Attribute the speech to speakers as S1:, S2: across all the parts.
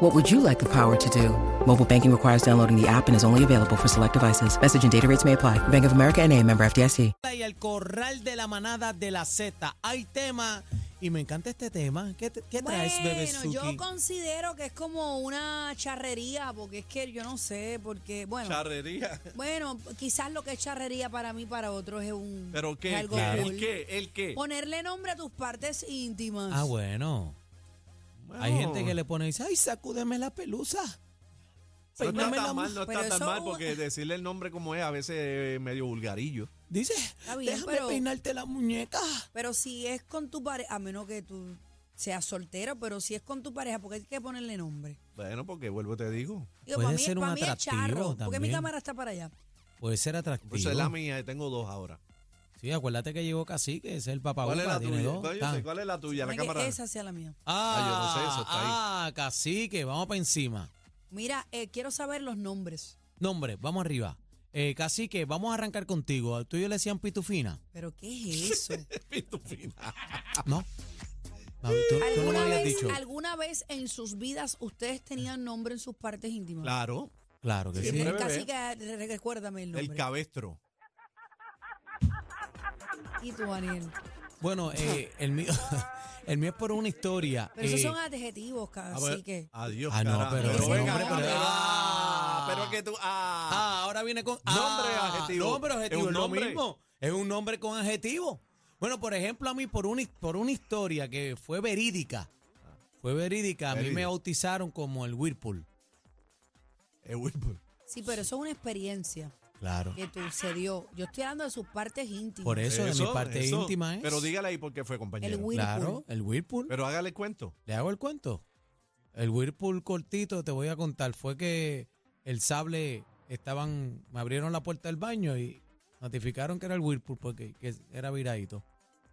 S1: What would you like the power to do? Mobile banking requires downloading the app and is only available for select devices. Message and data rates may apply. Bank of America and a member FDIC.
S2: y el corral de la manada de la Z. Hay tema, y me encanta este tema. ¿Qué, te- qué traes, Bebe
S3: Bueno, yo
S2: Suki?
S3: considero que es como una charrería, porque es que yo no sé, porque, bueno,
S4: Charrería.
S3: bueno, quizás lo que es charrería para mí, para otros es un...
S4: ¿Pero
S3: es
S4: qué?
S3: algo
S4: ¿El
S3: cool.
S4: qué? ¿El qué?
S3: Ponerle nombre a tus partes íntimas.
S2: Ah, bueno. Hay gente que le pone y dice, ay, sacúdeme la pelusa.
S3: pues,
S4: No está
S2: Peíname la
S4: tan
S2: mu-".
S4: mal, no
S3: pero
S4: está tan
S3: eso-
S4: mal, porque decirle el nombre como es a veces es medio vulgarillo.
S2: Dice,
S3: bien,
S2: déjame
S3: pero-
S2: peinarte la muñeca.
S3: Pero si es con tu pareja, a menos que tú seas soltero, pero si es con tu pareja, porque hay que ponerle nombre.
S4: Bueno, porque vuelvo y te digo.
S2: Puede
S3: Digo, para mí,
S2: ser un
S3: para mí es
S2: atractivo
S3: charro, porque mi
S2: también.
S3: cámara está para allá.
S2: Puede ser atractivo.
S4: Pues esa es la mía, y tengo dos ahora.
S2: Sí, acuérdate que llegó Cacique, ese es el papá
S4: ¿Cuál es
S2: Upa,
S4: la
S2: tiene
S4: tuya?
S2: dos.
S4: No, yo
S2: Tan.
S4: sé, ¿Cuál es la tuya? La
S3: Mira que
S4: cámara.
S3: Esa sea la mía.
S2: Ah,
S4: Ah, yo no sé, eso está ahí.
S2: ah, Cacique, vamos para encima.
S3: Mira, eh, quiero saber los nombres.
S2: Nombre, vamos arriba. Eh, Cacique, vamos a arrancar contigo. Tú y yo le decían pitufina.
S3: ¿Pero qué es eso?
S4: Pitufina.
S2: No. Mami, tú, tú no me
S3: ¿Alguna
S2: habías
S3: vez,
S2: dicho.
S3: alguna vez en sus vidas ustedes tenían nombre en sus partes íntimas?
S4: Claro,
S2: Claro que sí.
S4: Siempre.
S3: Casi
S4: Breve,
S3: que re- re- recuérdame el
S4: el
S3: nombre.
S4: cabestro.
S3: y tú, Daniel.
S2: Bueno, eh, el mío el mío es por una historia.
S3: Pero esos
S2: eh,
S3: son adjetivos,
S4: A
S3: casi
S4: ver,
S3: que.
S4: Adiós,
S2: Ah, no,
S4: carajo.
S2: pero-
S3: Ese
S4: venga,
S3: nombre,
S4: acá.
S3: pero-
S4: Ah, pero es que tú. Ah,
S2: Ah, ahora viene con
S4: Nombre,
S2: ah,
S4: adjetivo.
S2: Nombre, adjetivo.
S4: Es un
S2: es lo
S4: nombre.
S2: mismo. Es un nombre con adjetivo. Bueno, por ejemplo, a mí por una, por una historia que fue verídica. Fue verídica. A mí me
S4: Verídica.
S2: bautizaron como el Whirlpool.
S4: es Wilbur.
S3: Sí, pero eso es una experiencia
S2: Claro.
S3: que tú se dio. Yo estoy hablando de sus partes íntimas.
S2: Por eso, de mi parte
S4: eso.
S2: íntima es.
S4: Pero dígale ahí por qué fue
S3: El
S4: compañero.
S3: Whirlpool.
S2: Claro, el Whirlpool.
S4: Pero hágale el cuento.
S2: ¿Le hago el cuento? El Whirlpool cortito, te voy a contar, fue que el sable estaban, me abrieron la puerta del baño y notificaron que era el Whirlpool porque que era viradito.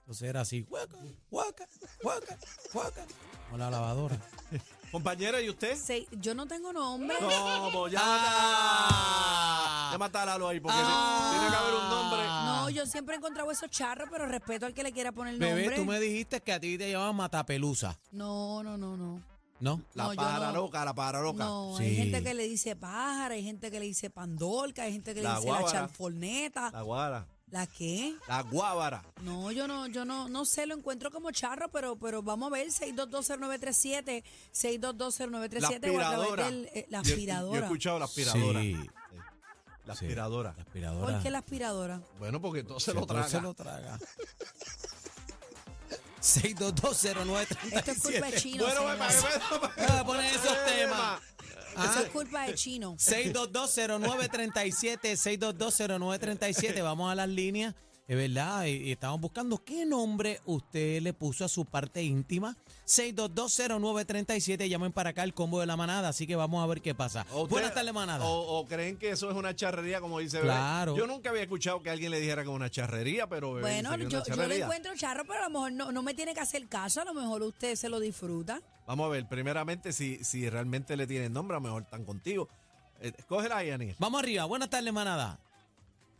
S2: Entonces era así, huaca, huaca, huaca, huaca, con la lavadora.
S4: Compañera, ¿y usted?
S3: Se- yo no tengo nombre.
S4: No, pues ya
S2: Ah.
S4: mata- Ya mata a Lalo ahí, porque
S2: Ah.
S4: tiene que haber un nombre.
S3: No, yo siempre he encontrado esos charros, pero respeto al que le quiera poner nombre.
S2: Bebé, tú me dijiste que a ti te llamaban Matapelusa,
S3: No, no, no, no.
S2: ¿no?
S4: La
S3: No, yo
S4: para
S3: no.
S4: loca, la para loca.
S3: No,
S2: Sí.
S3: hay gente que le dice pájara, hay gente que le dice pandolca, hay gente que le
S4: La
S3: dice la
S4: guábara.
S3: chanforneta.
S4: La guábara.
S3: ¿La qué?
S4: La guábara.
S3: No, yo no, yo no, no sé, lo encuentro como charro, pero, pero vamos a ver, 6220937, 6220937
S4: La
S3: o a
S4: aspiradora.
S3: través del, eh, la
S4: Yo- Yo, he
S3: aspiradora.
S4: escuchado la aspiradora.
S2: Sí,
S4: La
S2: sí,
S4: aspiradora.
S2: La aspiradora.
S3: ¿Por qué la aspiradora?
S4: Bueno, porque todo se lo
S2: Entonces
S4: traga.
S2: Se lo traga. 6220937.
S3: Esto es culpa de chino.
S4: Bueno,
S3: señor.
S4: me parece-
S2: Ah, ponen esos temas.
S3: Eso es culpa de chino.
S2: 6220937, 6220937. Vamos a las líneas, es verdad. Y, y estamos buscando qué nombre usted le puso a su parte íntima. 6220937. Llamen para acá el combo de la manada. Así que vamos a ver qué pasa.
S4: O usted-
S2: Buenas tardes, manada.
S4: O, o creen que eso es una charrería, como dice Bebé.
S2: Claro.
S4: Yo nunca había escuchado que alguien le dijera que es una charrería, pero Bebé
S3: Bueno,
S4: dice que es
S3: yo,
S4: una
S3: yo lo
S4: charrería.
S3: encuentro charro, pero a lo mejor no, no me tiene que hacer caso, a lo mejor usted se lo disfruta.
S4: Vamos a ver, primeramente, si, si realmente le tienen nombre, a lo mejor están contigo. Eh, Escógela ahí, Aniel.
S2: Vamos arriba. Buenas tardes, manada.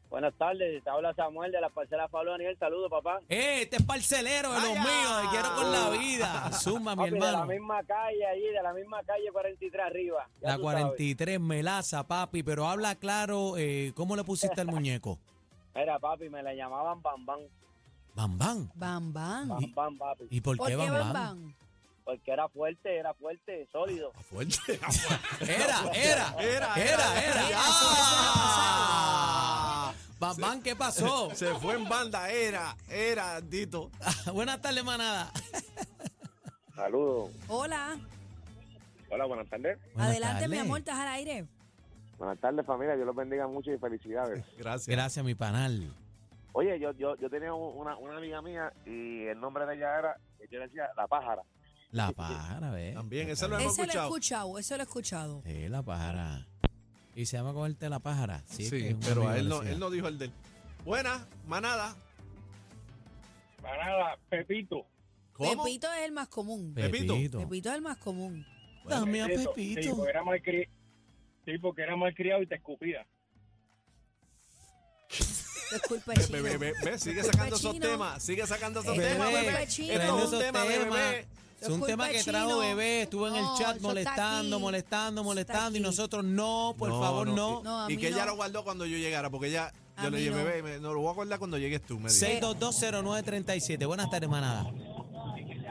S5: Buenas tardes, te habla Samuel de la parcela Pablo Daniel, saludos papá.
S2: Eh, este es parcelero de los
S4: Vaya.
S2: míos. Te quiero con la vida. Zumba, Ah, mi
S5: Papi, de la
S2: hermano.
S5: misma calle allí, de la misma calle 43 arriba. ya
S2: La
S5: tú
S2: 43, melaza, papi. Pero habla claro, eh, ¿cómo le pusiste al muñeco?
S5: sabes. Mira papi, me la llamaban Bam Bam,
S2: Bam, bam.
S3: Bam, bam.
S5: Bam Bam papi,
S2: ¿Y por,
S3: ¿Por qué
S2: Bam
S3: bam,
S2: Bam?
S3: bam?
S5: porque era fuerte, era fuerte, sólido.
S4: A fuerte.
S2: Ah. Era, era, era, era.
S4: Era,
S2: Ah. Bambán, ¿qué pasó?
S4: Se fue en banda, era, era, Dito.
S2: Buenas tardes, manada.
S5: Saludos.
S3: Hola.
S5: Hola, buenas tardes.
S3: Adelante, mi
S2: tardes.
S3: amor, estás al aire.
S5: Buenas tardes, familia. Dios los bendiga mucho y felicidades.
S4: Gracias.
S2: Gracias, mi panal.
S5: Oye, yo, yo, yo tenía un- una, una amiga mía y el nombre de ella era, yo le decía, La Pájara.
S2: La pájara, ¿ves?
S4: También, eso lo hemos
S3: Eso lo he
S4: escuchado.
S3: escuchado, eso lo he escuchado.
S2: Sí, la pájara. Y se llama cogerte la pájara. Sí,
S4: Sí,
S2: es que es un
S4: pero
S2: amigo
S4: a él no,
S2: decía.
S4: él no dijo el del. Buena, manada.
S6: Manada, Pepito.
S4: ¿Cómo?
S3: Pepito es el más común.
S4: Pepito.
S3: Pepito es el más común.
S2: Dame a
S6: Eso, Sí,
S2: Pepito.
S6: porque era malcri- sí, porque era malcriado y te escupía.
S3: Disculpa,
S4: Ve,
S3: chino.
S4: ve, ve, ve, ve, sigue
S3: Disculpa,
S4: sacando esos
S3: chino.
S4: temas, sigue sacando esos
S3: Bebé,
S4: temas, bebé.
S3: bebé,
S4: Esto
S3: chino.
S4: es
S3: Tremendo
S4: un tema de
S2: tema.
S4: bebé.
S2: Es un
S3: Disculpa,
S2: tema que trajo
S3: Chino.
S2: bebé, estuvo en el
S3: No,
S2: chat
S3: eso está
S2: molestando,
S3: aquí.
S2: molestando,
S3: Eso
S2: molestando
S3: está
S2: y
S3: aquí.
S2: nosotros no, por favor, no.
S4: Y,
S3: No, a
S4: y
S3: mí
S4: que ella
S3: no.
S4: lo guardó cuando yo llegara, porque ella,
S3: A
S4: yo le
S3: mí
S4: dije,
S3: no.
S4: bebé, me- no lo voy a guardar cuando llegues tú, me dijo.
S2: 6220937. Buenas tardes, manada.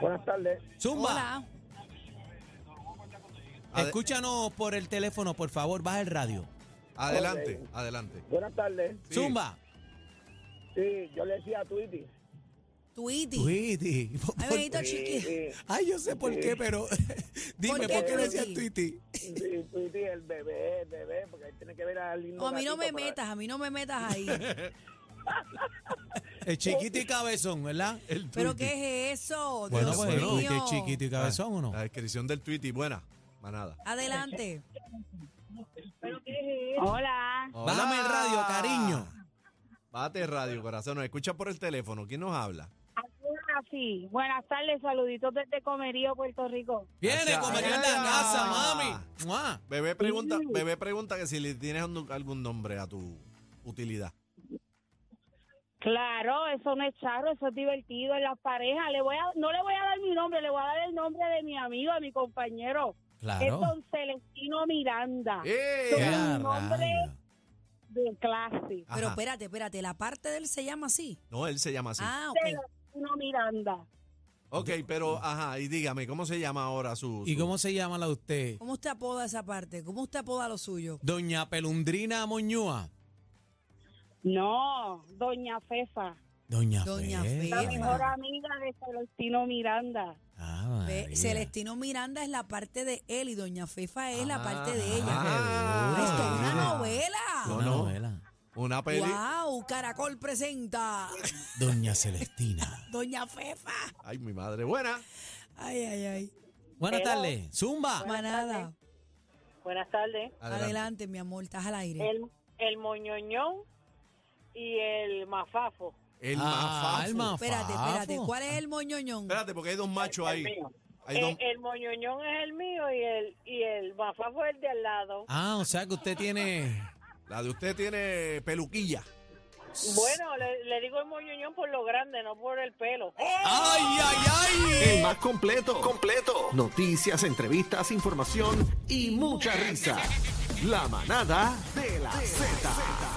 S5: Buenas tardes.
S2: Zumba.
S3: Hola.
S4: Ade-
S2: Escúchanos por el teléfono, por favor, baja el radio.
S4: Adelante, adelante.
S5: Buenas tardes.
S4: Sí.
S2: Zumba.
S5: Sí, yo le decía a Tweety.
S3: Tweety.
S2: Tweety.
S3: Ay, bendito chiqui.
S2: Ay, yo sé por qué, pero dime,
S3: ¿Por qué
S2: ¿por qué le decías
S3: Tweety?
S2: Tweety?
S5: Sí, Tweety, el bebé, el bebé, porque ahí tiene que ver al lindo
S3: No, a mí no me
S5: gatito para-
S3: metas, a mí no me metas ahí.
S2: El chiquito y cabezón, ¿verdad?
S3: ¿Pero qué es eso?
S2: Bueno,
S3: Dios
S2: pues el
S4: bueno,
S3: mío.
S2: Tweety es chiquito y cabezón, ¿o no?
S4: La descripción del tweet y buena, manada.
S3: Adelante.
S7: Hola,
S2: Bájame el radio, cariño.
S4: Bájate el radio, corazón. Nos escucha por el teléfono. ¿Quién nos habla?
S7: Hola, sí. Buenas tardes, saluditos desde Comerío, Puerto Rico.
S2: Viene,
S4: Gracias.
S2: comediante a
S4: Ella.
S2: casa, mami. ¡Mua!
S4: Bebé pregunta, bebé pregunta que si le tienes un- algún nombre a tu utilidad.
S7: Claro, eso no es charro, eso es divertido en las parejas. Le voy a, no le voy a dar mi nombre, le voy a dar el nombre de mi amigo, de mi compañero. Es
S2: Claro.
S7: don Celestino
S3: Ah.
S7: Miranda,
S4: ¡Eh!
S7: Pero-
S2: Ya,
S7: nombre-
S2: rayos.
S7: de clase.
S4: Ajá.
S3: Pero espérate, espérate, la parte de él se llama así.
S4: No, él se llama así.
S3: Ah, ok.
S7: Celestino Miranda.
S4: Ok, pero, ajá, y dígame, ¿cómo se llama ahora su...?
S2: ¿Y
S4: su-
S2: cómo se llama la de usted?
S3: ¿Cómo usted apoda esa parte? ¿Cómo usted apoda lo suyo?
S2: Doña Pelundrina Moñúa.
S7: No, Doña Fefa,
S2: Doña,
S3: Doña
S7: la
S3: Fefa.
S7: mejor amiga de Celestino Miranda.
S2: Ah,
S3: Ve,
S2: María.
S3: Celestino Miranda es la parte de él y Doña Fefa es la parte de ella.
S4: Ah,
S3: Ah, Esto es una
S4: mira.
S3: novela.
S2: Una
S4: No, no.
S2: novela.
S4: Una peli.
S3: Wow, Caracol presenta
S2: Doña Celestina.
S3: Doña Fefa.
S4: Ay, mi madre. Buena.
S3: Ay, ay, ay.
S2: Buenas tardes. Zumba.
S3: Manada.
S7: Buenas tardes.
S3: Adelante.
S4: Adelante.
S3: mi amor, estás al aire.
S7: El, el Moñoñón y el Mafafo.
S4: El
S2: Ah,
S4: mafafo.
S2: el mafafo.
S3: Espérate, espérate. ¿Cuál es el moñoñón?
S4: Espérate, porque hay dos machos ahí. Hay
S7: El,
S4: dos...
S7: Eh, el moñoñón es el mío y el y el mafafo es el de al lado.
S2: Ah, o sea que usted tiene.
S4: La de usted tiene peluquilla.
S7: Bueno, le, le digo el moñoñón por lo grande, no por el pelo.
S2: ¡Ay, ay, ay!
S8: El más completo. Completo. Noticias, entrevistas, información y mucha risa. La manada de la Z.